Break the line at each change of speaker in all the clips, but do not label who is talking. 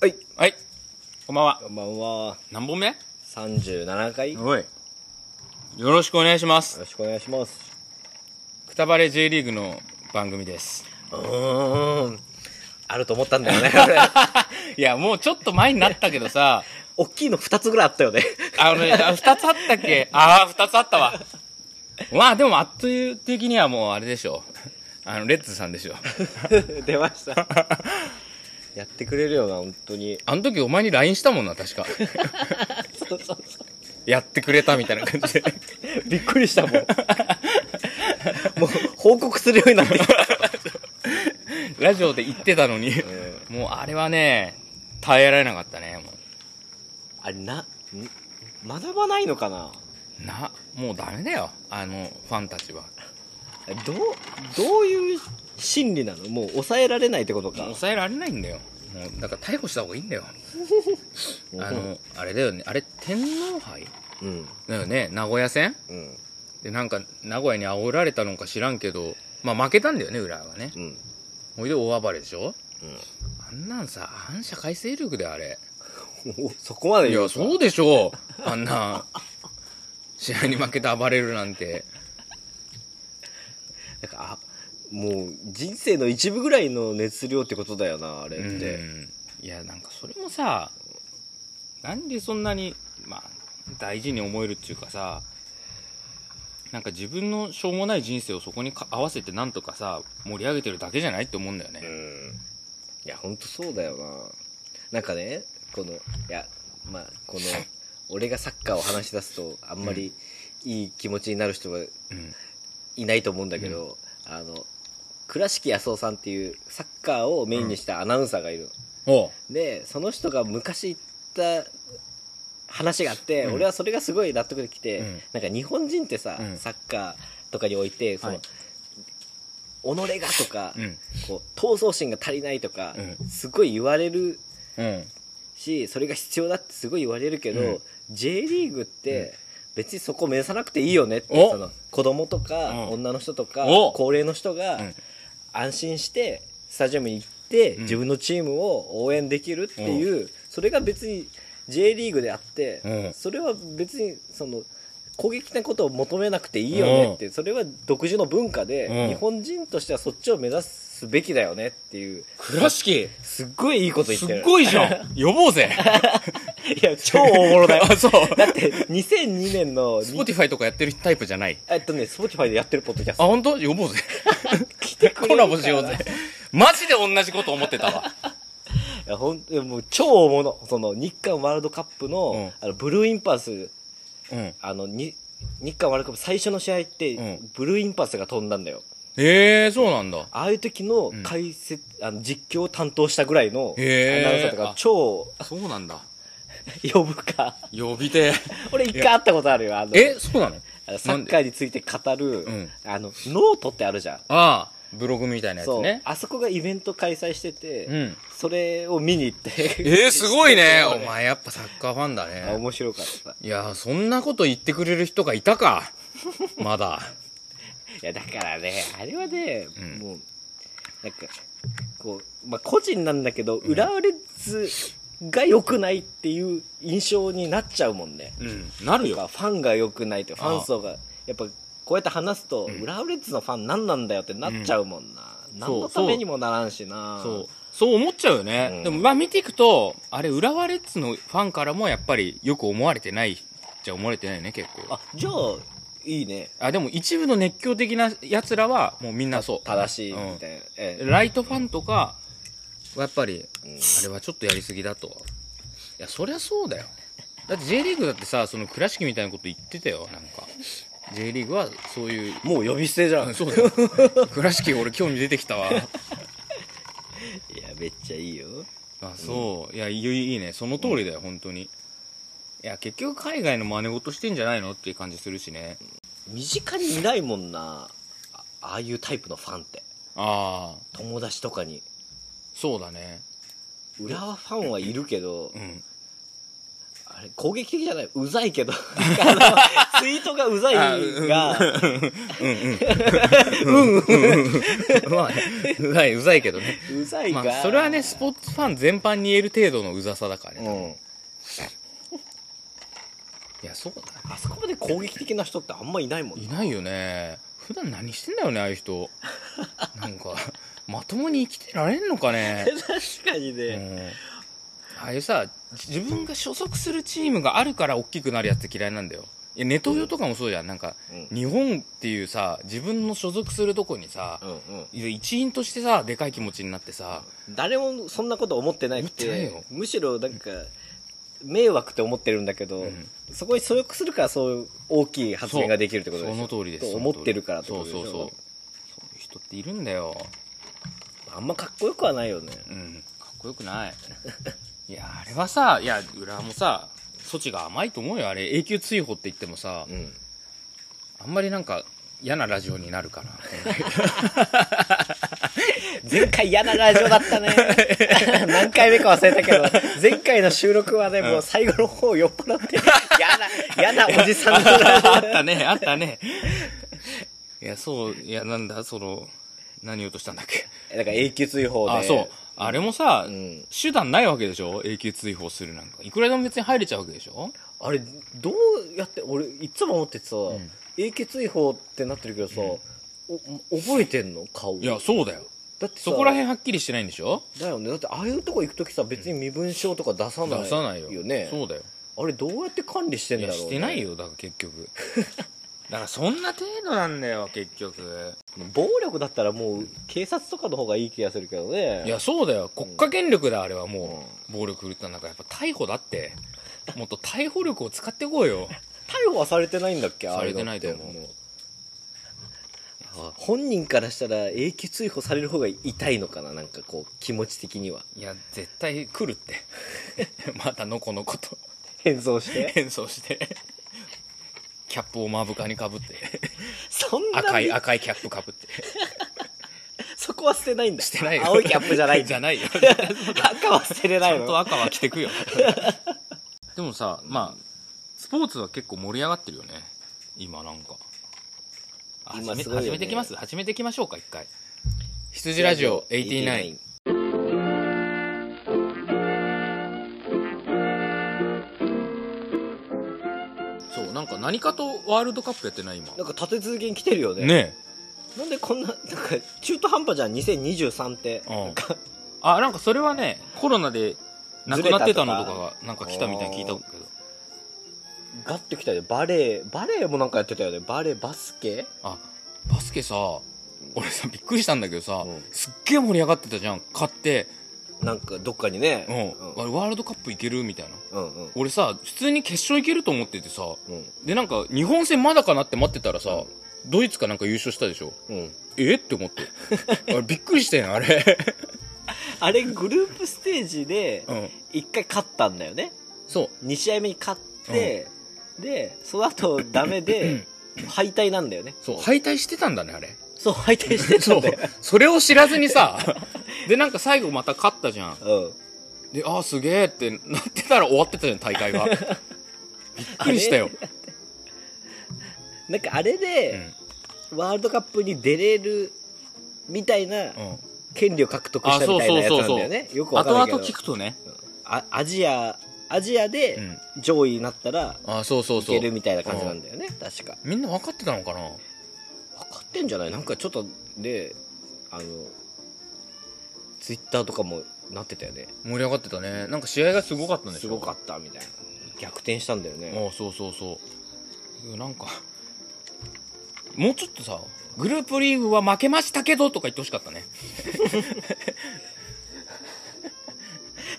はい。
はい。こんばんは。
こんばんは。
何本目よ
37回。よ
い。よろしくお願いします。
ろしくお願いします。
くたばれ J リーグの番組です。
うーん。あると思ったんだよね。
いや、もうちょっと前になったけどさ、
大きいの2つぐらいあったよね。
あのね、あ二つあったっけああ、二つあったわ。まあでも、あっという的にはもうあれでしょ。あの、レッツさんでしょ。
出ました。やってくれるよな、本当に。
あの時お前に LINE したもんな、確か。
そうそうそ
やってくれたみたいな感じで。
う。 びっくりしたもん。 もう、報告するようになって きた。
ラジオで言ってたのに。もうあれはね、耐えられなかったね。も
あれ、な、ん学ばないのかな
うな、もうダメだよ。あの、ファンたちは。
どう、どういう心理なのもう抑えられないってことか。
抑えられないんだよ。もう、だから逮捕した方がいいんだよ。あの、あれだよね。あれ、天皇杯
うん。
だよね。名古屋戦
うん。
で、なんか、名古屋に煽られたのか知らんけど、まあ負けたんだよね、浦和がね
う。ん。
ほいで大暴れでしょ
うん。
あんなんさ、反社会勢力だよ、あれ。
お そこまで
い
言
や、
うと
そうでしょう。あんな、試合に負けて暴れるなんて。
なんかあもう人生の一部ぐらいの熱量ってことだよなあれ
う
って、
ん。いや、なんかそれもさ、なんでそんなに、まあ、大事に思えるっていうかさ、なんか自分のしょうもない人生をそこにか合わせてなんとかさ、盛り上げてるだけじゃないって思うんだよ
う
ね。
んいやほんとそうだよななんかねこのいやまあこの俺がサッカーを話し出すとあんまりいい気持ちになる人が
うん。
いないと思うんだけど、あの倉敷康夫さんっていうサッカーをメインにしたアナウンサーがいるの、
おう
でその人が昔言った話があって、
うん
俺はそれがすごい納得できて、
うん
なんか日本人ってさ、
うん
サッカーとかにおいてその、
はい
己がとか、
うん。
こう闘争心が足りないとか、
う
すごい言われる
うん。
しそれが必要だってすごい言われるけど、
うん
J リーグって、別にそこ目指さなくていいよねって
お
その子供とか、
うん
女の人とか
お
高齢の人が
うん
安心してスタジアムに行って、
うん
自分のチームを応援できるっていう、それが別に J リーグであって、
うん
それは別にその攻撃なことを求めなくていいよねって、それは独自の文化で、
うん
日本人としてはそっちを目指すべきだよねっていう
倉敷
すっごいいいこと言
す
ってる
っごいじゃん呼ぼうぜ。
いや、超大物だよ
あそう。
だって、2002年の、
スポティファイとかやってるタイプじゃない。
えっとね、スポティファイでやってるポッドキャス
あ、
ト。
本当呼ぼうぜ。
来てくれる
コ
かな
ラボしようぜ。マジで同じこと思ってたわ。
いや、ほん、いやもう超大物。その、日韓ワールドカップの、あの、ブルーインパルス、
うん。
あの、に、日韓ワールドカップ最初の試合って、
うん
ブルーインパルスが飛んだんだよ。
ええー、そうなんだ。
ああいう時の
ん
解説、あの、実況を担当したぐらいの、アナウンサ
へー
ーと
あ
か、超
そうなんだ。
呼ぶか。
呼びて
俺一回会ったことあるよ。あの、
え、そうなの
あのサッカーについて語る、
ん
あの、ノートってあるじゃん。
ああ、ブログみたいなやつ
そう、
ね。
あそこがイベント開催してて、
うん
それを見に行って。
ええすご いね。お
あ。
前やっぱサッカーファンだね。
面白かった。い
いや、そんなこと言ってくれる人がいた か。まだ。
や、だからね、あれはね、
ん
もう、なんか、こう、まあ、個人なんだけど、浦和レッズが良くないっていう印象になっちゃうもんね。
うん、なる
なんか。ファンが良くないって、ファン層が、やっぱ、こうやって話すと、浦和レッズのファン何なんだよってなっちゃうもんな。何のためにもならんしな。
そう。そう思っちゃうよね。
うん
でも、まあ見ていくと、あれ、浦和レッズのファンからもやっぱりよく思われてないじゃ思われてないよね、結構。
あ、じゃあ、いいね。
あ、でも一部の熱狂的な奴らは、もうみんなそう。
正しいみた
う
いな。ええ
んライトファンとか、やっぱり、
うん
あれはちょっとやりすぎだと。いや、そりゃそうだよ。だって J リーグだってさ、その倉敷みたいなこと言ってたよ、なんか。J リーグはそういう。
もう呼び捨てじゃん。
う
い
んそうだよ。倉敷俺興味出て きたわ。
や、めっちゃいいよ。
あ、そう。いや、いいいいね。その通りだよ、本当に。いや、結局海外の真似事してんじゃないのっていう感じするしね。
身近にいないもんな。あああいうタイプのファンって。
ああ、
友達とかに。
そうだね。
浦和ファンはいるけど
う、ん。
ああれ、攻撃的じゃないうざい けど。あのツイートがうざい
あうん
が、
まあ、うざい、うざいけどね。
うざいが、
まあ、それはね、スポーツファン全般に言える程度のうざさだから
う
ね。
ん。
いや、そうだね。
あそこまで攻撃的な人ってあんまいないもん
い
ね。
ないよね。普段何してんだよね、ああいう人。なんか、まともに生きてられんのかね。
確かに
う
ね。
んああいうさ、自分が所属するチームがあるから大きくなるやつ嫌いなんだよ。いやネトウヨとかもそうじゃん。なんか、
うん。
日本っていうさ、自分の所属するとこにさ
う、んうん。
一員としてさ、でかい気持ちになってさ、
誰もそんなこと思ってないく
思ってない
て
よ、
むしろなんか、迷惑って思ってるんだけど、
うん
そこに所属するからそういう大きい発言ができるってことでしょ
その通りです。
と思ってるからって
そ
こと
う
でしょ
そうそう。そういう人っているんだよ。
あんまかっこよくはないよね。
うん、かっこよく ない。いや、あれはさ、いや、裏もさ、措置が甘いと思うよ。あれ、永久追放って言ってもさ
う、ん。
あんまりなんか、嫌なラジオになるかな。
前回嫌なラジオだったね。 何回目か忘れたけど、 前回の収録はね、もう最後の方酔っ払って、嫌 な、嫌なおじさんのラジ
あったね、あったね。いや、そう、いや、なんだ、その、何言おうとしたんだっけ。
オ。だから永久追放で。
あ、そう。あれもさ、
うん
手段ないわけでしょ永久追放するなんか。いくらでも別に入れちゃうわけでしょ
あれ、どうやって、俺、いつも思っててさ、
ん
永久追放ってなってるけどさ、お覚えてんの顔。
いや、そうだよ。
だってさ
そこら辺はっきりしてないんでしょ
だよね。だって、ああいうとこ行くときさ、別に身分証とか出さない。
出さないよ。
よね。
そうだよ。
あれ、どうやって管理してん
い
だ
や、
ろう、ね、
してない。よ、だから結局。 だからそんな程度なんだよ、結局。
暴力だったらもう、警察とかの方がいい気がするけどね。
いや、そうだよ。国家権力だ、あれはも
う
う。暴力振るった中、やっぱ逮捕だって。 もっと逮捕力を使ってこうよ。
逮捕はされてないんだっけ
されてないと思う
あれだっても本人からしたら永久追放される方が痛いのかななんかこう気持ち的にはい
や、絶対来るって。 またのこのこと。
変装して
変装して。キャップを目深にかぶ って。
そんな
赤い、赤いキャップかぶって。
そこは捨てないんだ
してないよ。
青いキャップ じゃないん
じ
だ
ゃないよ。
赤は捨てれない
ちゃん
の
と赤は着てくよ。 でもさ、まあ、スポーツは結構盛り上がってるよね。今なんか。あ
今
始め
すごいよね
始めてきます始めてきましょうか、一回。羊ラジオ89。そう、なんか何かとワールドカップやってない今。
なんか立て続けに来てるよね
ね
なんでこんななんか中途半端じゃん2023って、
うん
なんか
え。あ、なんかそれはね、コロナで亡くなってたのとかが、なんか来たみたいに聞いたけど。
ガッてきたよねバレーバレーもなんかやってたよねバレーバスケ
あ、バスケさ、俺さ、びっくりしたんだけどさ、
うん
すっげえ盛り上がってたじゃん。勝って、
なんかどっかにね
うん、あれワールドカップいけるみたいな。
うんうん
俺さ、普通に決勝いけると思っててさ、
うん
で、なんか、日本戦まだかなって待ってたらさ、ドイツかなんか優勝したでしょ
うん
えって思って。あれびっくりしたよ、あれ。
あれグループステージで
うん。
一回勝ったんだよね
そう。
2試合目に勝って、でその後ダメで敗退なんだよね
そう、敗退してたんだね、あれ。
そう敗退してた
そ
ん
う
だ よ。
それを知らずにさ、で、なんか最後また勝ったじゃん。
うん
で、あーすげえってなってたら終わってたじゃん、大会が。びっくりしたよ。
なんかあれ
うん。
で、ワールドカップに出れるみたいな
うん。
権利を獲得したみたいなやつなんだよねよくわか
後
んな
々
いけど
聞くとね。
あアジアアジア
う
で
ん。
上位になったら
あー、そうそう
い
そう
け。るみたいな感じなんだよね確か
みんな分かってたのかな
分かってんじゃないなんかちょっとであのツイッターとかもなってたよね
盛り上がってたね。なんか試合がすごかったんでし
す
ょ
ごかったみたいな逆転したんだよね
ああそうそうそううんなんかもうちょっとさグループリーグは負けましたけどとか言ってほしかっ たね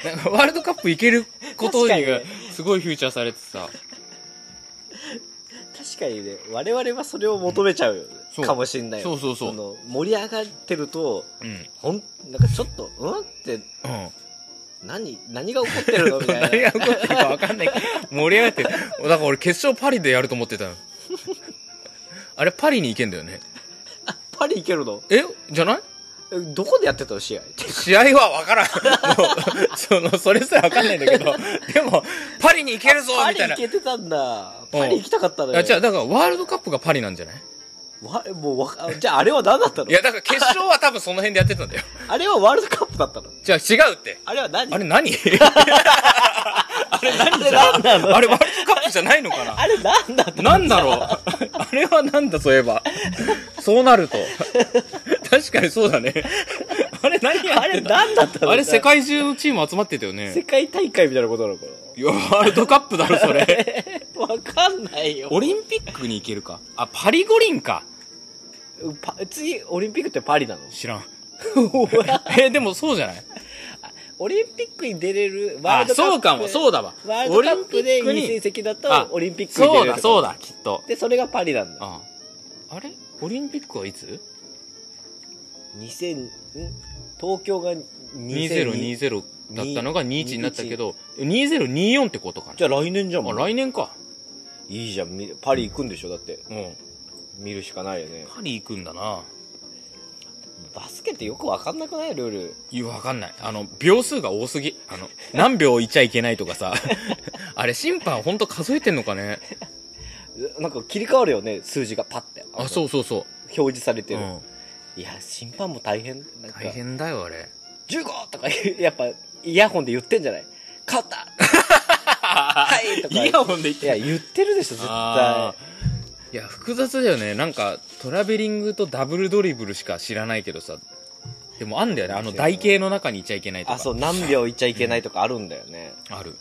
なんかワールドカップ行けることに
確か
が
に
すごいフューチャーされてさ
確かにね我々はそれを求めちゃう
そう
かもしんない
そうそうそう
その盛り上がってると
うんうん
ほんなんかちょっとうんって何何が起こってる のみた
何
いな
が起こってるか分かんないけど盛り上がってるだから俺決勝パリでやると思ってたのあれパリに行けんだよね
パリ行けるの
えじゃない
えどこでやってたの試合って
試合は分からん。もう、その、それすら分かんないんだけど、でも、パリに行けるぞ
パ
み
リ
たい
行
な。
けてたんだパリ行きたかったのよ
あ、じゃあ、だからワールドカップがパリなんじゃない
わもうわかじゃああれは何だったの
いや、だから決勝は多分その辺でやってたんだよ。
あれはワールドカップだったの
じゃあ違うって。
あれは何
あれ 何
あれ何なの
あれワールドカップじゃないのかな
あれ何だったの
なんだろうあれはなんだ、そういえば。そうなると。確かにそうだね。あれ何や
あ
って
れ
んだ
何だったの
あれ世界中のチーム集まってた
世
よね。
界大会みたいなことなのかない
や、ワールドカップだろ、それ。
えわかんないよ
オリンピックに行けるか。あ、パリ五輪か。
パ次オリンピックってパ リなの
知らん。 え、でもそうじゃない
オリンピックに出れるワー
あ
ル、ドカップ
そうかも、そうだわ。
ワールドカップでいい
オリンピックに
成績だ
あ
とオリンピックに出
そ
れ
う
る
だ、そう
だ
だ、きっと。
でそれがパリなんだ
ああれオリンピックはいつ
2000ん東京が2020
?2020 だったのが21になったけど、2024ってことか
じゃあ来年じゃん
な。
も
あ、
う
来年か。
いいじゃんみパリ行くんでしょだって
うん。
見るしかないよね
パリ行くんだな。
バスケってよくわかんなくないルール
いや、わかんない。あの、秒数が多すぎ。あの、何秒いちゃいけないと かさ。あれ、審判ほんと数えてんのかね
えなんか切り替わるよね数字がパッて
あ、そううそうそ
表示されて
う。う
る、
ん。
いや審判も大変なんか
大変だよ、あれ。
15とか言うやっぱイヤホンで言ってんじゃない勝 ったはいとか
イヤホンで言っ
い
て
や言ってるでしょ絶対
あーいや複雑だよねなんかトラベリングとダブルドリブルしか知らないけどさでもあんだよねあの台形の中にいちゃいけないとか
あそう何秒いっちゃいけないとかあるんだよね、
ある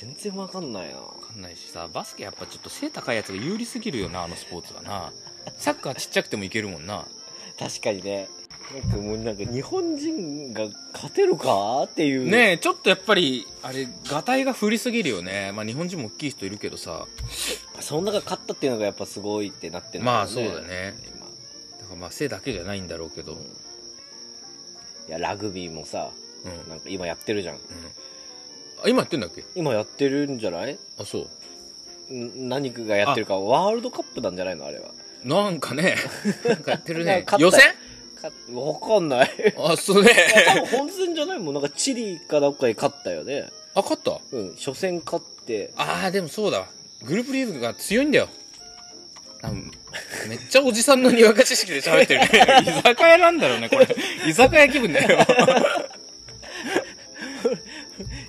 全然わかんないな
わかんないしさバスケやっぱちょっと背高いやつが有利すぎるよなあのスポーツはなサッカーちっちゃくてもいけるもんな
確かにねなんかもうなんか日本人が勝てるかっていう
ねえちょっとやっぱりあれがたいが振りすぎるよねまあ日本人も大きい人いるけどさ
その中勝ったっていうのがやっぱすごいってなってるん
まあそうだね
今
だからまあ背だけじゃないんだろうけどうん
いやラグビーもさなんか今やってるじゃん
あ今やってんだっけ
今やってるんじゃない
あそうん
何がやってるかワールドカップなんじゃないのあれは
なんかねなんかやってるね
なんか勝った
予選
かわかんない
あ、そうね。
いや多分本戦じゃないもんなんかチリかどっかに勝ったよね
あ、勝った
うん初戦勝って
ああ、でもそうだわ。グループリーグが強いんだよ。多分めっちゃおじさんのにわか知識で喋ってるね。 居酒屋なんだろうね、これ。居酒屋気分だ よ。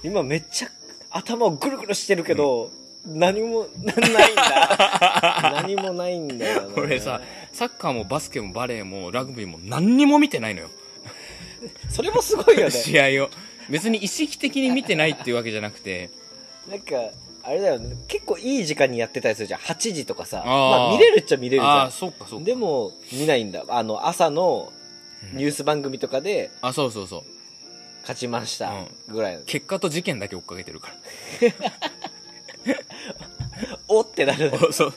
今めっちゃ頭をぐるぐるしてるけど、何もなないんだ 何もないんだよ、ね、
俺さ、サッカーもバスケもバレーもラグビーも何にも見てないのよ。
それもすごいよね
試合を。別に意識的に見てないっていうわけじゃなくて。
なんかあれだよね結構いい時間にやってたりするじゃん8時とかさ
あー
まあ見れるっちゃ見れるじ
あ
ゃ
あ、そうかそうんか。
でも見ないんだあの朝の
うん、
ニュース番組とかで
あ、そうそうそう。
勝ちましたぐらいの、
結果と事件だけ追っかけてるから。
おってなる
そう。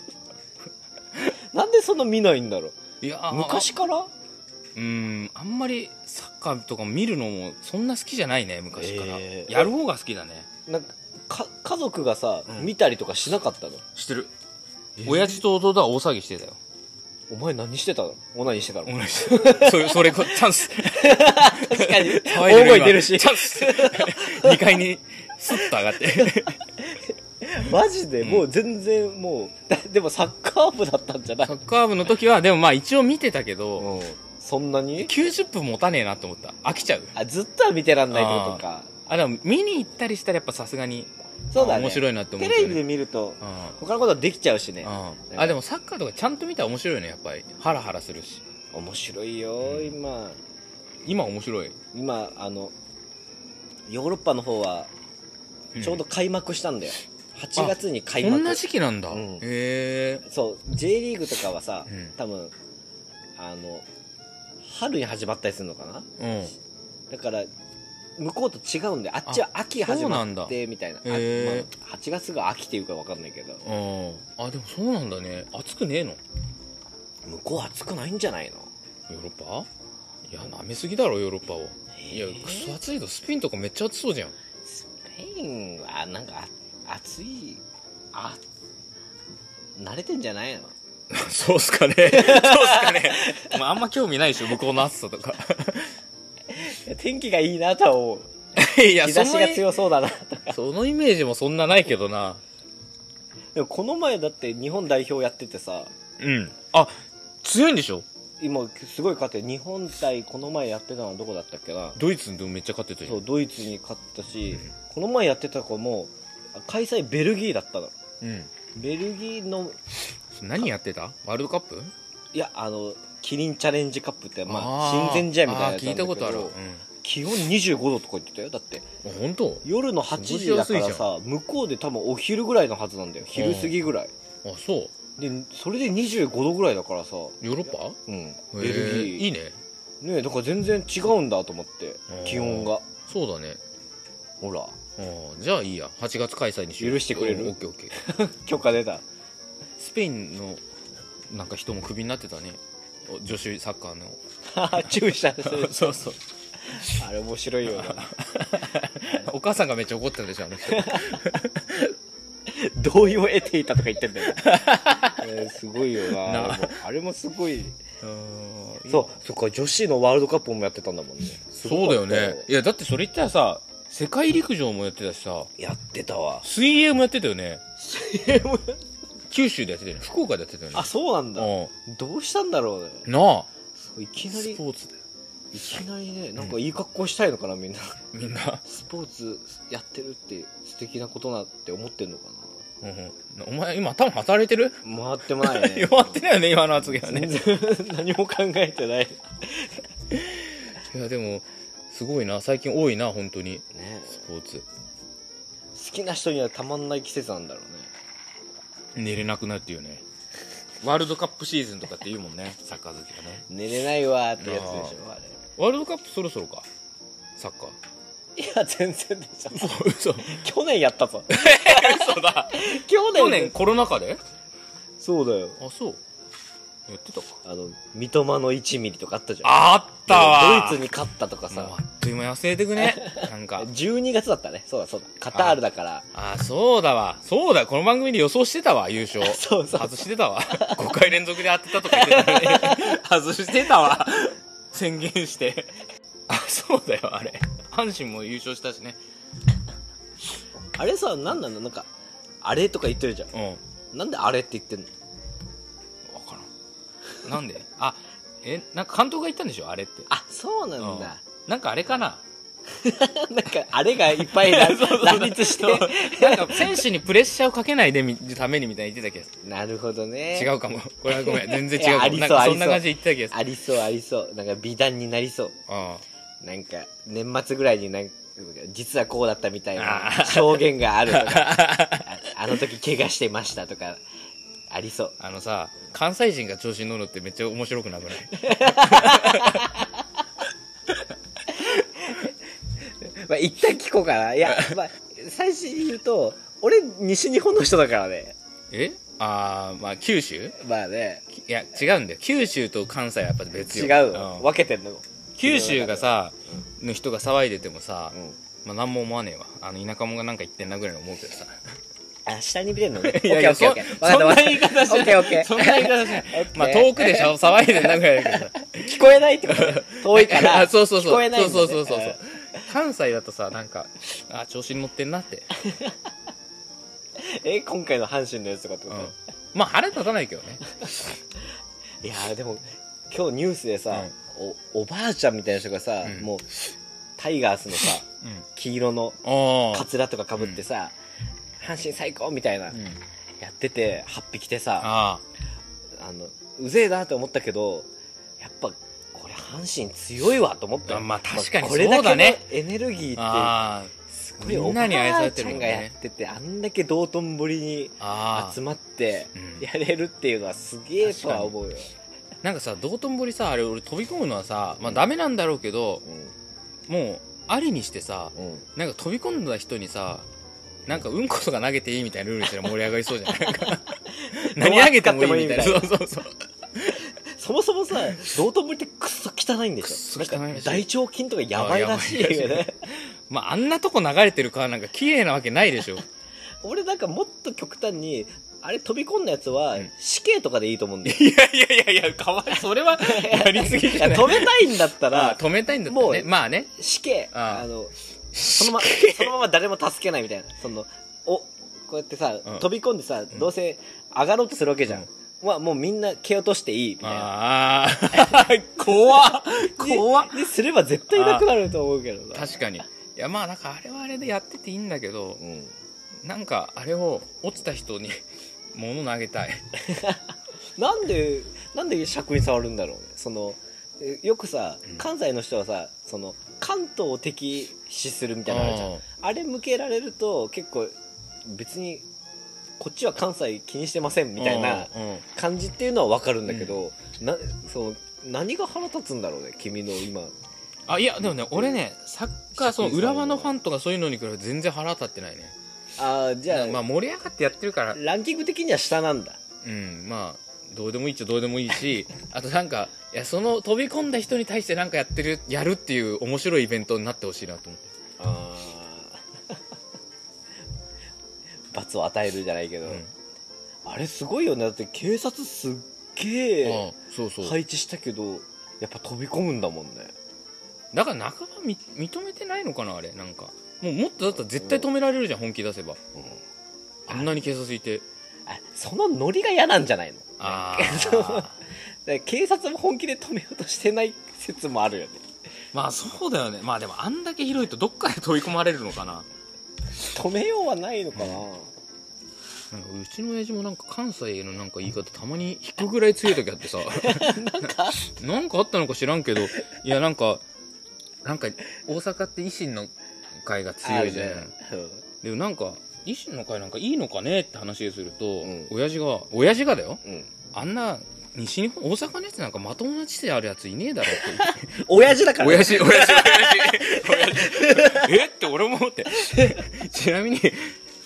なんでそんな見ないんだろ
いや
う
ー
昔から
うーんあんまりサッカーとか見るのもそんな好きじゃないね昔から、
えー
やる方が好きだね
なんかか家族がさ、
うん
見たりとかしなかったの
してる、親父と弟は大騒ぎしてたよ
お前何してたのオナニーしてたの
同じそそれこチャンス
確かに
騒いで
大声出る
今
し
チャンス2階にスッと上がって
マジで
ん
もう全然もうだでもサッカー部だったんじゃない
サッカー部の時はでもまあ一応見てたけど、
うんそんなに
90分持たねえなと思った飽きちゃう
あずっとは見てらんないってことか
あでも見に行ったりしたらやっぱさすがに
そうだね
面白いなって思
テ
う
レビ
ね
で見ると
うん
他のことできちゃうしね
うんあでもサッカーとかちゃんと見たら面白いよねやっぱりハラハラするし
面白いよ今
今面白い
今あのヨーロッパの方は
うん
ちょうど開幕したんだよ、8月に開
こ
幕
んな時期なんだ、
うん
へえ
そう J リーグとかはさ、
うん
多分あの春に始まったりするのかな
うん
だから向こうと違うんであっちは秋始ま
そうな
ってみたいなあ
へー
まあ8月が秋っていうか分かんないけど
うんあでもそうなんだね暑くねえの
向
ヨ
こう暑くないんじゃないの
ーロッパいや舐めすぎだろヨーロッパをいや
えー
クソ暑いぞスペインとかめっちゃ暑そうじゃ ん
スペインはなんかあ暑いあ慣れてんじゃないの
そうっ すかね。そうっすかね。
まあ、あんま興味ないでしょ、向こうの暑さ とか。
天気がいいなとは思う。
いや、
日
そ
差し
の
が強そうだなとか。
そのイメージもそんなないけどな。
でもこの前だって日本代表やっててさ、
うん。あ、強いんでしょ
今すごい勝ってる日本対この前やってたのはどこだったっけな。
ドイツでもめっちゃ勝ってた
そ
よ
う、。ドイツに勝ったし、
うん
この前やってた子も、開催ベルギーだったの。
うん。
ベルギーの、
何やってたワールドカップ
いや、あの、キリンチャレンジカップって、まあ、
ー
親善試合みたいな
あ
や
ー
つ
聞
なん
い
だ
た
けど
ことある。うん。
気温25度とか言ってたよ。だって、
あ本当
夜の8時だから
過ごしやすい
さ、向こうで多分お昼ぐらいのはずなんだよ。昼過ぎぐらい。
あ、そう。
で、それで25度ぐらいだからさ、
ヨーロッパ
うん、
へー
ベルギー。
いいね。
ねえだから全然違うんだと思って
あー
気温が
そうだね。
ほら
あーじゃあいいや。8月開催にしよう。
許してくれる
うんオッケーオッケー。
許可出た
スペインのなんか人もクビになってたねお女子サッカーの
注射する
そうそう
あれ面白いよ な
お母さんがめっちゃ怒ってたでしょあの人
同意を得ていたとか言ってんだよ、 えーすごいよな
な
あれも あれもすごい
そ
そうそっか女子のワールドカップもやってたんだもんね
うそうだよねいやだってそれ言ったらさ世界陸上もやってたしさ
やってたわ
水泳もやってたよね九州でやってたよね福岡でやってたよね
あそうなんだ
う
どうしたんだろうね
んなあ
そういきな
ス
り
ポーツだよ
いきなりねなんかいい格好したいのかなみんな
みんな、
スポーツやってるって素敵なことなって思ってんのか
うん、お前今頭働いてる
な回ってもない ね
弱ってないよね今の発言は
全
ね
然 何も考えてない
いやでもすごいな最近多いな本当に
ね
スポーツ
好きな人にはたまんない季節なんだろうね
寝れなくなるっていうね ワールドカップシーズンとかって言うもんねサッカー好きはね
寝れないわーってやつでしょあれ
ワールドカップそろそろかサッカー
いや全然でしょ
嘘
去年やった ぞ
嘘だ
去年
去年コロナ禍で
そうだよ
あそうやってたか
あの三笘の1ミリとかあったじゃん
あったわ
ドイツに勝ったとか
もう
さ
あっという間に忘れてくねなんか
12月だったねそうだそうだカタールだから
あそうだわそうだこの番組で予想してたわ優勝
そうそう
外してたわ 5回連続で当てたとか言ってたの に外してたわ宣言してあそうだよあれ阪神も優勝したしね
あれさ何なのなんかあれとか言ってるじゃ
うん
んなんであれって言ってんの
分からんなんであえなんか監督が言ったんでしょあれって
あそうなんだ、
なんかあれかな
なんかあれがいっぱ い乱乱立して
そうなんか選手にプレッシャーをかけないでみためにみたいに言ってた気が す
なるほどね
る違うかもこれはご めん全然違うかも
いやありそ
な
うん
か
ありそ
そ
うん
な感じで言ってた気がする
ありそうありそうなんか美談になりそう
あ
なんか年末ぐらいになんか実はこうだったみたい
あ
な
ー
証言があると かああの時怪我してましたとかありそう
ああのさ関西人が調子に乗るのってめっちゃ面白くなくない
まあ一旦聞こうかない やまあ最初に言うと俺西日本の人だからね
えああまあ九州
まあね
きいや違うんだよ九州と関西はやっぱ別
違
よ
うの、
ん
分けてんの
九州がさの人が騒いでてもさ、
うん
まあ、何も思わねえわあの田舎者がなんか言ってんなぐらいに思うけどさ
あ下に見てんの ねオッ
いやい
ケー
や
オッケーオッケー分かった
そ
分かっオッ
んな言い方しない
ケーオッケー
そんな言い方しない
たオ ッケー
まあ遠くでしゃ騒いでんなぐらいだけどさ
聞こえないってことね遠いから
あ そうそうそう
聞こえないんだね
そうそうそうそう関西だとさなんかあ調子に乗ってんなって、
え今回の阪神のやつとかって
う
こ
ん
と、、
まあ腹立たないけどね
いやーでも今日ニュースでさ、おおばあちゃんみたいな人がさ、
うん
もうタイガースのさ
うん
黄色の
あ
カ
あ、
ツラとかかぶってさ、阪神最高みたいな、
うん、
やってて8匹てさあ
あ
のうぜえなと思ったけどやっぱこれ阪神強いわと思ったよ
あまあ確かに
これだ
そうだね
けのエネルギーって
あ
す
あ
ごい
み
お
ん
ば
なに愛され
あ
て
ちゃ
るも
ん
ん
がや
ね
っててあんだけ道頓堀に
あ
集
あ
まって
うん
やれるっていうのはすげえとは思うよ、
なんかさ道頓堀さあれ俺飛び込むのはさまあダメなんだろうけどもうありにしてさ
うんうん
なんか飛び込んだ人にさなんかうんことか投げていいみたいなルールしたら盛り上がりそうじゃないなんか 何投げてもいいみたいな
どう
そうそうそう
そもそもさ、道頓堀ってくっそ汚いんで
くっ
し
そ
ょ
汚いらし
な
い
んか大腸菌とかやばいらしいよ
あやばいら
ね
し。まああんなとこ流れてる川なんか綺麗なわけないでしょ
俺なんかもっと極端に、あれ飛び込んだやつは
うん
死刑とかでいいと思うんだよ。
いやいやいやいや、かわいそれはやりすぎ
い
じ
や
ゃない。
止めたいんだった
まあ
ら
止めたいんだったらね。
もう
まあね。
死刑
ああ
あのそのまそのまま誰も助けないみたいなそのおこうやってさ、
うん
飛び込んでさどうせ上がろうとするわけじゃん、まあもうみんな蹴落としていいみたいな
ああ、 怖っ怖っ
ですれば絶対なくなると思うけどさ
確かに。いやまあなんかあれはあれでやってていいんだけど
う、ん。
なんかあれを落ちた人に 物投げたい。
なんでなんで尺に触るんだろうねそのえよくさ関西の人はさその関東を敵視する みたいなのあるじゃん
うん
あれ向けられると結構別にこっちは関西気にしてませんみたいな
うんうん
感じっていうのは分かるんだけど、なその何が腹立つんだろうね君の今
あいやでもね俺ねサッカーその浦和のファンとかそういうのに比べて全然腹立ってないね
ああじゃあ、
まあ盛り上がってやってるから
ランキング的には下なんだ
うんまあどうでもいいっちゃどうでもいい しあとなんかいやその飛び込んだ人に対してなんかやってるやるっていう面白いイベントになってほしいなと思って
あ 罰を与えるじゃないけど、
う
あれすごいよねだって警察すっげ
ん、あ
え
そうそう、
配置したけどやっぱ飛び込むんだもんね
だから仲間み認めてないのかなあれなんかもうもっとだったら絶対止められるじゃん本気出せば、あんなに警察いて
あそのノリが嫌なんじゃないの
あ
そう
あ
だから警察も本気で止めようとしてない説もあるよね
まあそうだよねまあでもあんだけ広いとどっかで飛び込まれるのかな
止めようはないのかな、
なんかうちの親父もなんか関西のなんか言い方たまに引くぐらい強い時あ ってさなんかあったのか知らんけどいやなんかなんか大阪って維新の会が強いじゃ
あ
ん
るねうん
でもなんか維新の会なんかいいのかねって話ですると、
ん
親父が親父がだよ
うん。
あんな西日本大阪のやつなんかまともな知性あるやついねえだろって言って
親父だからね
親父、親父、親父、親 父。えって俺も思って。ちなみに、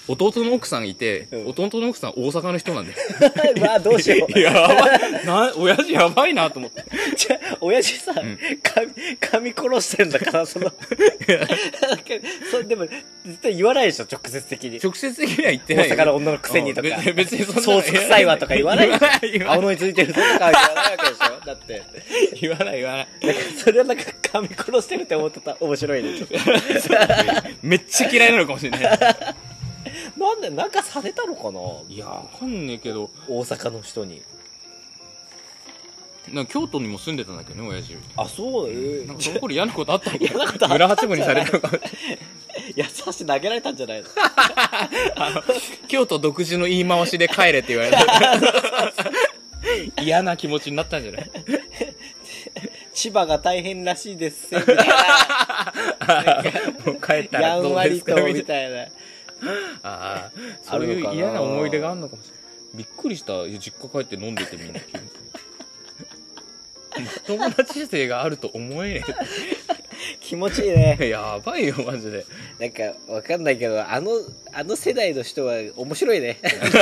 弟の奥さんいて、
うん
弟の奥さん大阪の 人なんで。
まあどうしよう。
やばい。 な、親父やばいなと思って。
じゃあ親父さ、
ん
噛み、噛み殺してんだから、その。 なんかそう、でも、絶対言わないでしょ、直接的に。
直接的には言ってない
大
よ。
阪の女のくせにとか
うん別、別にそんな
ソース臭いわとか言わない
言わない言わ
青
ない
のについてるとか言わないわけでしょだって。
言わない言わない
なんかそれはなんか噛み殺してるって思ってた。面白いね。ちょっ
めっちゃ嫌いなのかもしれない。
となんで、なんかされたのかない
や、わかんねえけど、
大阪の人に。
なんか京都にも住んでたんだけどね、親父。
あ、そう、えー
なんかその頃嫌なこと あったのか
なことあった
村八分にされたのかもしれない
優しい投げられたんじゃ ないの
京都独自の言い回しで帰れって言われた 嫌な気持ちになったんじゃない
千葉が大変らしいです せ、みたいな。
もう帰った
や
ら
ん
どう
わ
で
り
すか
と、み
みたいな
たいな。
ああそういう嫌な思い出があるのかもしれないびっくりしたいや実家帰って飲んでてみんな急に 友達生があると思えね
気持ちいいね。
えやばいよマジで
なんか、わかんないけど、あの、あの世代の人は面白いね。なんかもう、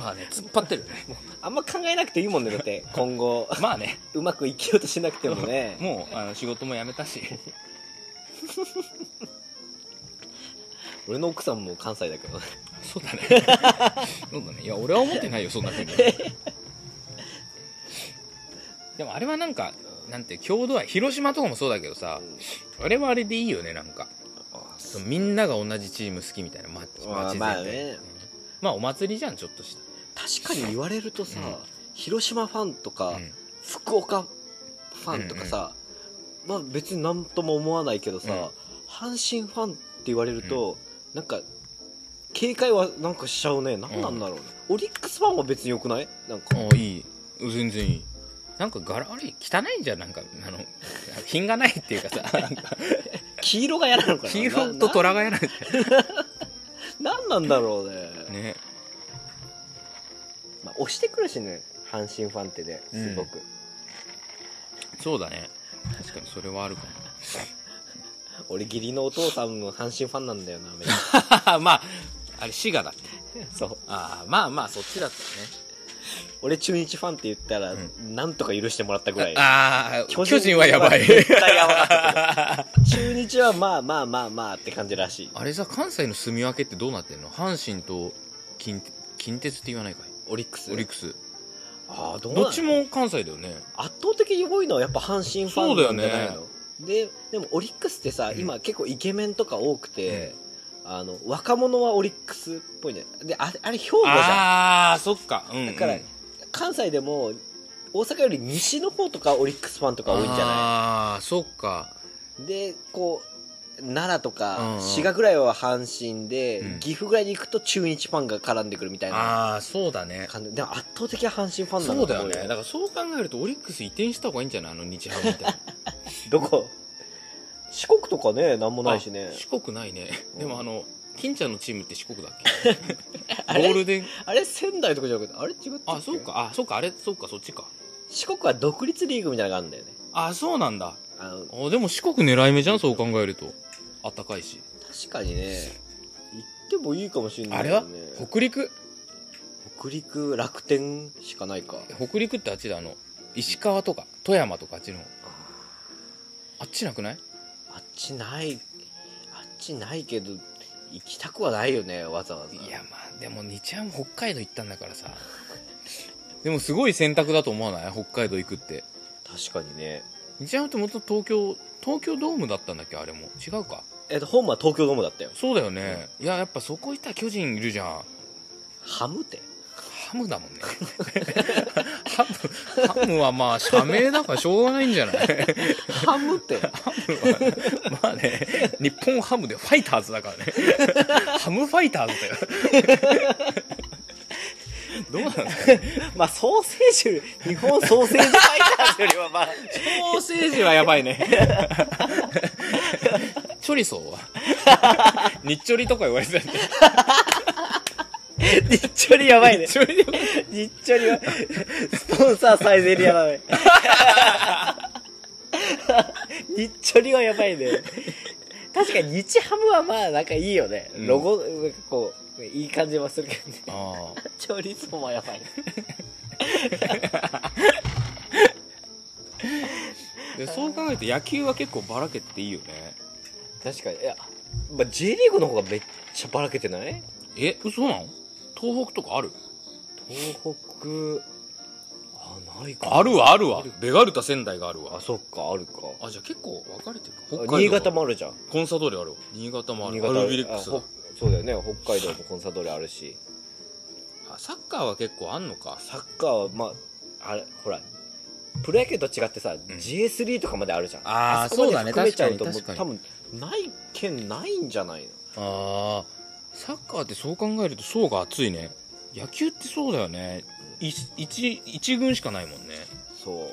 まあね突っ張ってるよね
あんま考えなくていいもんね、だって、今後、
まあね
うまく生きようとしなくてもね。
もうあの仕事も辞めたし
俺の奥さんも関西だけど。
そうだねそうだねいや俺は思ってないよそんなふうにでもあれはなんかなんて郷土愛広島とかもそうだけどさあれはあれでいいよねなんかそのみんなが同じチーム好きみたいな街
まあ
街全体
まあね
まあお祭りじゃんちょっとし
確かに言われるとさ、
うん
広島ファンとか、
た、うん
福岡ファンとかさ、まあ別になんとも思わないけどさ、
うん
阪神ファンって言われると、なんか、警戒はなんかしちゃうね。なんなんだろうね。オリックスファンは別に良くないなんか。
ああいい全然いいなんか柄悪い汚いんじゃんなんかあの品がないっていうかさなんか
黄色が嫌なのかな
黄色と虎がやらない
ななんなんだろうね
ね
まあ、押してくるしね阪神ファンってねすごく、
そうだね確かにそれはあるかも
俺義理のお父さんも阪神ファンなんだよなめっち
まああれ滋賀だっけ
ゃ そう
ああまあまあそっちだった
俺中日ファンって言ったら、
う
なんとか許してもらったぐらい
ああ巨人はやばい
絶対やばかったけど中日はまあまあまあまあって感じらしい
あれさ関西の住み分けってどうなってんの阪神と近近鉄って言わないか
オリックス
いオリックス
ああどうなの
どっちも関西だよね
圧倒的に多いのはやっぱ阪神ファンなんじゃない
そうだよ
の、ででもオリックスってさ、
うん
今結構イケメンとか多くて、あの若者はオリックスっぽいねでああれ兵庫じゃん
ああーそっかうん
だから関西でも大阪より西の方とかオリックスファンとか多いんじゃな
ああーそっか
いでこう奈良と
うんう
か
ん
滋賀ぐらいは阪神で、
うん
岐阜ぐらいに行くと中日ファンが絡んでくるみたいな
ああそうだね
感じでも圧倒的に阪神ファンなん
そうだよ
と思
ねだからそう考えるとオリックス移転した方がいいんじゃないあの日ハムみたい な
どこ四国とかねなんもないしね
あ四国ないね
うん
でもあの金ちゃんのチームって四国だっけゴールデン
あれ仙台とかじゃなくて、あれ違ったっけ
あそう。かあそうかあれそうかそっちか
四国は独立リーグみたいなのがあるんだよね。
あそうなんだ
あの、
あでも四国狙い目じゃんそう考えるとあったかいし
確かにね、行ってもいいかもしれない、ね。ほ
北陸
北陸楽天しかないか。
北陸ってあっちだあの石川とか富山とかあっちの方あっちなくない
あっちない、あっちないけど、行きたくはないよね、わざわざ。
いやまあでも日ハム北海道行ったんだからさでもすごい選択だと思わない北海道行くって
確かにね。
日ハムってもと東京東京ドームだったんだっけあれも違うか
えっと、ホームは東京ドームだったよ。
そうだよね、いややっぱそこ行ったら巨人いるじゃん
ハムって。
ハムだ もんねハムハムはまあ社名だからしょうがないんじゃない
ハムって。
まあね、日本ハムでファイターズだから ね。ハムファイターズだよ。どうなんですか
まあ、ソーセージより、日本ソーセージファイ ターズよりはまあ、
ソーセージはやば いね。チョリソーは。日チョリとか言われてたんで。
日チョリやばいね
日。チョリでも
日チョリは、スポンサーサイゼリアだね。日チョリはやばいね。確かに日ハムはまあなんかいいよね。
うん
ロゴ、なんかこう、いい感じはするけどね。
ああ
チョリソーもやばいね。
でそう考えると野球は結構ばらけてていいよね。
確かに。いや、まあ、J リーグの方がめっちゃばらけてない
え、嘘なの東北とかある
東北、あ、ないか。
あるわ、あるわ。ベガルタ仙台があるわ
あ、。そっか、あるか。
あ、じゃあ結構分かれてるか。北海道
新潟もあるじゃん。
コンサドーレあるわ。新潟もあ
新
る。
潟
アルビレックスだ
あほそうだよね。北海道もコンサドーレあるし。
あサッカーは結構あんのか。
サッカーはまああれほらプロ野球と違ってさ、J3 とかまであるじゃん
あー
そこまで
そうだね
含めちゃうともう
確かに
多分ない県ないんじゃないの
ああサッカーってそう考えると層が厚いね野球ってそうだよねい一一軍しかないもんね、
そ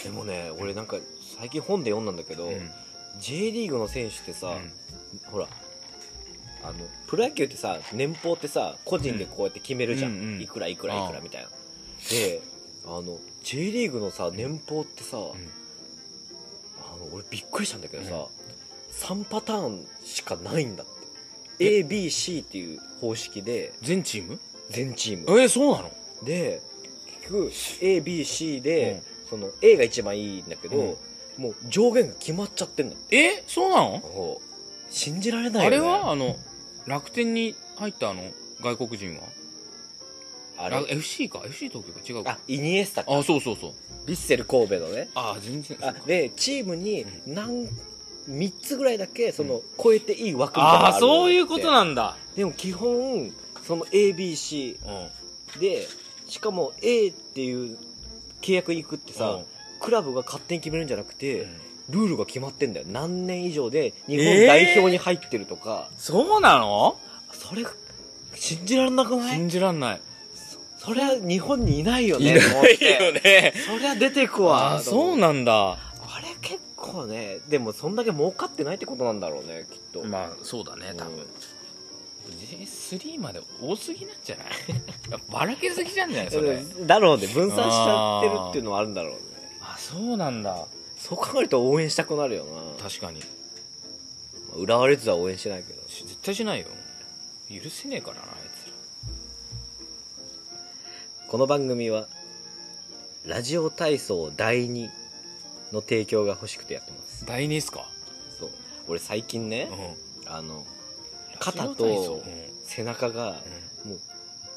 うでもね俺なんか最近本で読んだんだけど、J リーグの選手ってさ、
うん
ほらあのプロ野球ってさ年俸ってさ個人でこうやって決めるじゃん、
うんうん
いくらいくらいくらみたいなであの J リーグのさ年俸ってさ、あの俺びっくりしたんだけどさ、3パターンしかないんだって
え
ABC っていう方式で
全チーム
全チー
え
ム
ーそうなの
で結局 ABC で、その A が一番いいんだけど、
うん
もう上限が決まっちゃってんだって
えーそうなの、
信じられない
あ
よ、ね、
れはあの楽天に入ったあの外国人は
あ
ら
れ
FC か FC 東京か違う
あ
か
イニエスタ
あ
か
そうそうそう
ヴィッセル神戸のね
ああ全然
あでチームに
う
何3つぐらいだけその、超えていい枠みたいなのが
あ
あ
あ
る
そういうこ
ん
と
だっ
なんだ
てでも基本その ABC
うん
でしかも A っていう契約に行くってさ、
うん
クラブが勝手に決めるんじゃなくて、ルールが決まってんだよ何年以上で日
え
本
ー
代表に入ってるとか、
そうなの
それ信じられなくない
信じらんない
そりゃ日本にいないよねと思っ
い
て
ね
そりゃ出てくわ
あーそ
の
うなんだ
あれ結構ねでもそんだけ儲かってないってことなんだろうねきっと
まあそうだね多分、
うん
J3 まで多すぎなんじゃない やっぱばらけすぎじゃんじゃないそれ
だろうね分散しちゃってるっていうのはあるんだろうね
あそうなんだ
そう考えると応援したくなるよな
確かに
浦和レッズは応援してないけど
し絶対しないよ許せねえからなあいつら
この番組は、ラジオ体操第2の提供が欲しくてやってます。
第2っすか
そう。俺最近ね
う、ん
あの、肩
疲労体操
と背中が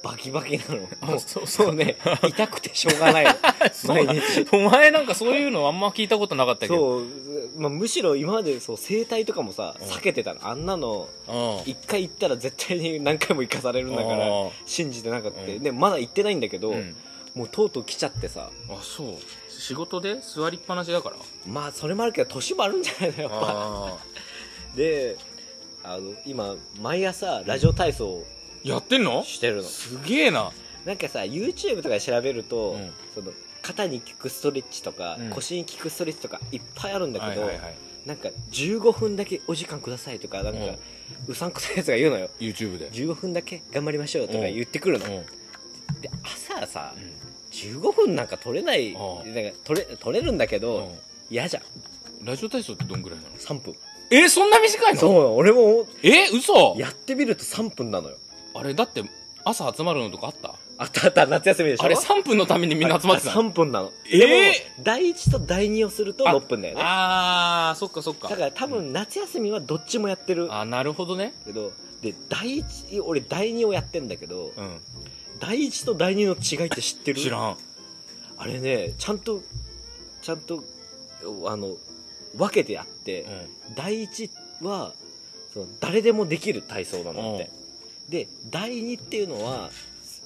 バキバキな の。
うん
も
あ
う
そう
そうね、痛くてしょうが ないの。
そう
毎日
お前なんかそういうのあんま聞いたことなかったけ
そ
ど
う、まあ、むしろ今までそう整体とかもさ、
うん
避けてたの。あんなの、
うん
一回行ったら絶対に何回も行かされるんだから、
あ
信じてなかった。
うん
で、まだ行ってないんだけど、
ーうん
もうとうとう来ちゃってさ。
あそう仕事で座りっぱなしだから
まあ、それもあるけど、年もあるんじゃないの、やっぱ。
あ
で、あの、今、毎朝、ラジオ体操を
ーやってんの
してるの。
すげえな
なんかさ YouTube とかで調べると、
うん
その肩に効くストレッチとか、
うん
腰に効くストレッチとかいっぱいあるんだけど、
はいはいはい
なんか15分だけお時間くださいとかなんか、
うん
うさんくさいやつが言うのよ
YouTube で
15分だけ頑張りましょうとか言ってくるの、
うん
で朝さ15分なんか取れない、
うん
なんか取れ取れるんだけど
う
嫌、じゃん
んラジオ体操ってどんぐらいなの
3分
えそんな短い
そう
の
俺も
え嘘
やってみると3分なのよ
あれだって朝集まるのとかあった
あったあった夏休みでしょ
あれ3分のためにみんな集まってたの
3分なの
えー
でも第1と第2をすると6分だよね
あーそっかそっか
だから多分夏休みはどっちもやってる
あなるほどね
けどで第一俺第二をやってんだけど、
うん
第一と第二の違いって知ってる
知らん
あれねちゃんとちゃんとあの分けてやって、第一はその誰でもできる体操なのって、で第二っていうのは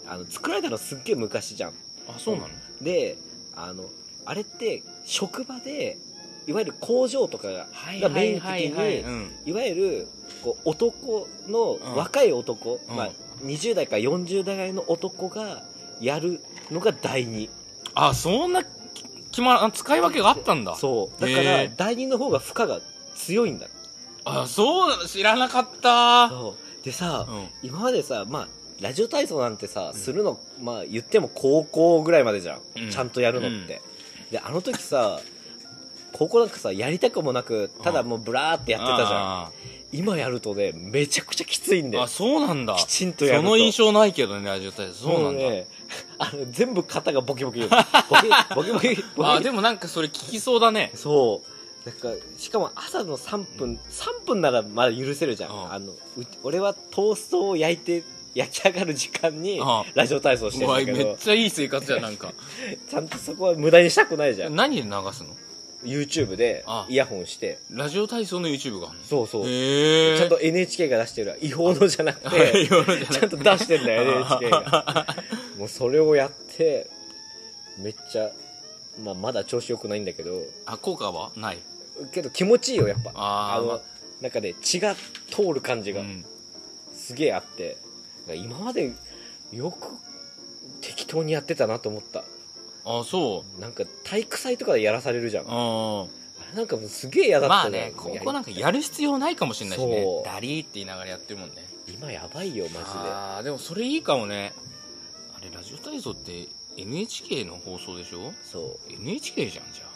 あの作られたのすっげえ昔じゃん
あそうなの
であのあれって職場でいわゆる工場とかが
はい
がメイン的に
うん
いわゆるこう男の若い男、
うん
まあ、20代から40代ぐらいの男がやるのが第二
あそんなき決まらん使い分けがあったんだ
そうだ
へ
か
え
ら第二の方が負荷が強いんだ
あそうなの知らなかった
そうでさ、
うん
今までさまあラジオ体操なんてさ、
ん
するのまあ言っても高校ぐらいまでじゃん、
うん
ちゃんとやるのって、であの時さ高校なんかさやりたくもなくただもうブラーってやってたじゃん
あ
今やるとねめちゃくちゃきついんだ
ー
よ
あそうなんだ
き
そ
ちんと やると
の印象ないけどねラジオ体操そうなんだ
もね、あの全部肩がボキボキ言うのボキボキボキボキ
あでもなんかそれ聞きそうだね
そうなんかしかも朝の3分3分ならまだ許せるじゃん、
うん
あのう俺はトーストを焼いて焼き上がる時間に
うん
ラジオ体操して
う
るん
わ
だけ
め
ど
っちゃいい生活じゃんなんか
ちゃんとそこは無駄にしたくない じゃん
何で流すの
YouTube で
あ
イヤホンして
ラジオ体操の YouTube がある
そうそ
の
う、
へえ
ちゃんと NHK が出してる違法のじゃなく てちゃんと出してんだよ NHK がもうそれをやってめっちゃ、まあ、まだ調子よくないんだけど
あ効果はない
けど気持ちいいよやっぱ
あー
の、
まあ
なんかね血が通る感じが
うん
すげえあって、今までよく適当にやってたなと思った
あそう
なんか体育祭とかでやらされるじゃんあ
あ
れなんかもうすげえ嫌だ
あ
った
ま
な
あね高校なんかやる必要ないかもしれないしね
そう
ダリーって言いながらやってるもんね
今やばいよマジ
ああでもそれいいかもねあれラジオ体操って NHK の放送でしょ
でそう
NHK じゃんじゃあ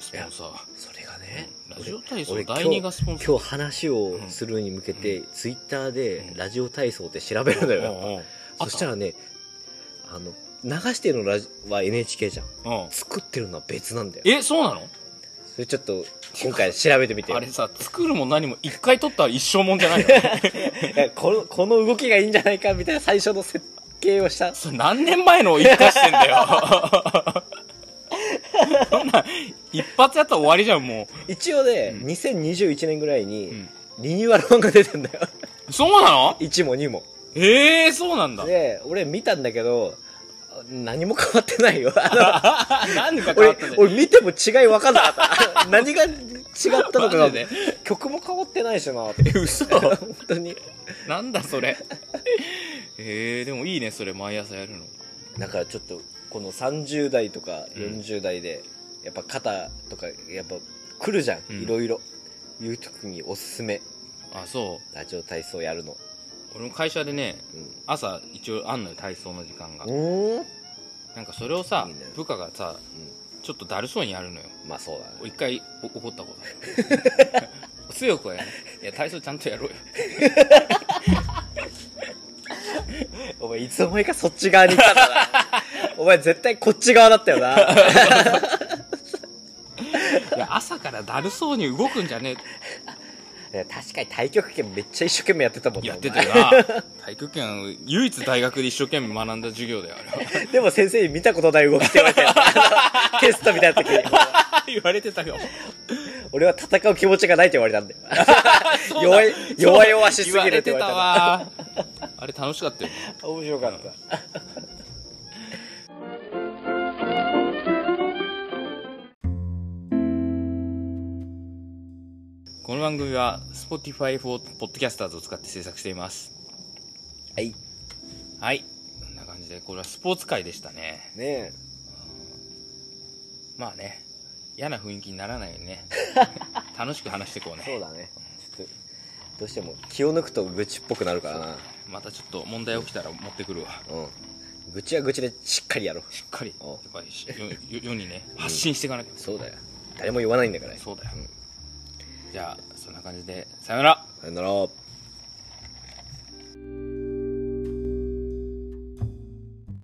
スポンサー
それがね
ラジオ体操
俺
第2がスポンサー
今日話をするに向けて、ツイッターでラジオ体操って調べるのよ、やっぱ
うんうんあ
そしたらねあの流してるのラジは NHK じゃん
うん
作ってるのは別なんだよ
えそうなの
それちょっと今回調べてみてよ
あれさ作るも何も一回取ったら一生もんじゃ ないの
いやこのこの動きがいいんじゃないかみたいな最初の設計をした
それ何年前のを生かしてんだ よそんな一発やったら終わりじゃんも
一応ね、
うん、
2021年ぐらいう
う
に
ん
リニューアル版が出てんだよ
そうなの
1も2も
ええそうなん だ。
で俺見たんだけど何も変わってないよあの
なん でか変わ
俺
ったんだよ。
俺見ても違い分かんなかっ た何が違ったのか
マ
が
ジで
曲も変わってないしな
え、嘘
本当に
なんだそれ。ええでもいいね、それ、毎朝やるの。
だからちょっとこの30代とか
うん
40代でやっぱ肩とかやっぱ来るじゃん、
うん
いろいろいう時におすすめ
あ、そ
ラジオ体操やるの
う。俺も会社でね、
うん
朝、一応あんのよ、体操の時間が。
うん
なんかそれをさ
いいね、
部下がさ、ちょっとだるそうにやるのよ。
まあそうだ
一回お怒ったことある強くはやるいや体操ちゃんとやろうよ
ねお前いつの間にかそっち側に行ったんだな お前絶対こっち側だったよな
いや朝からだるそうに動くんじゃね
や確かに太極拳めっちゃ一生懸命やってたもんね
やって
お
た
前
よな体育圏唯一大学で一生懸命学んだ授業だよあれは
でも先生に見たことない動きって言われたよあのテストみたいな時に
言われてたかも
俺は戦う気持ちがないって言われたんだよ弱い
そう
弱々しすぎるって
言
言われたな
われてたわあれ楽しかったよ
面白かった
この番組は Spotify for Podcasters を使って制作しています
はい
はいこんな感じでこれはスポーツ界でしたね
ね
まあね嫌な雰囲気にならないように ね楽しく話していこうね
えそうだねちょっとどうしても気を抜くと愚痴っぽくなるからな
またちょっと問題起きたら持ってくるわ
うん愚痴は愚痴でしっかりやろう
しっかり
お
やっぱりしよよ世にね発信していかなきゃ、
そうだよ誰も言わないんだから
そうだよ
うん
じゃあそんな感じでさよなら
さよなら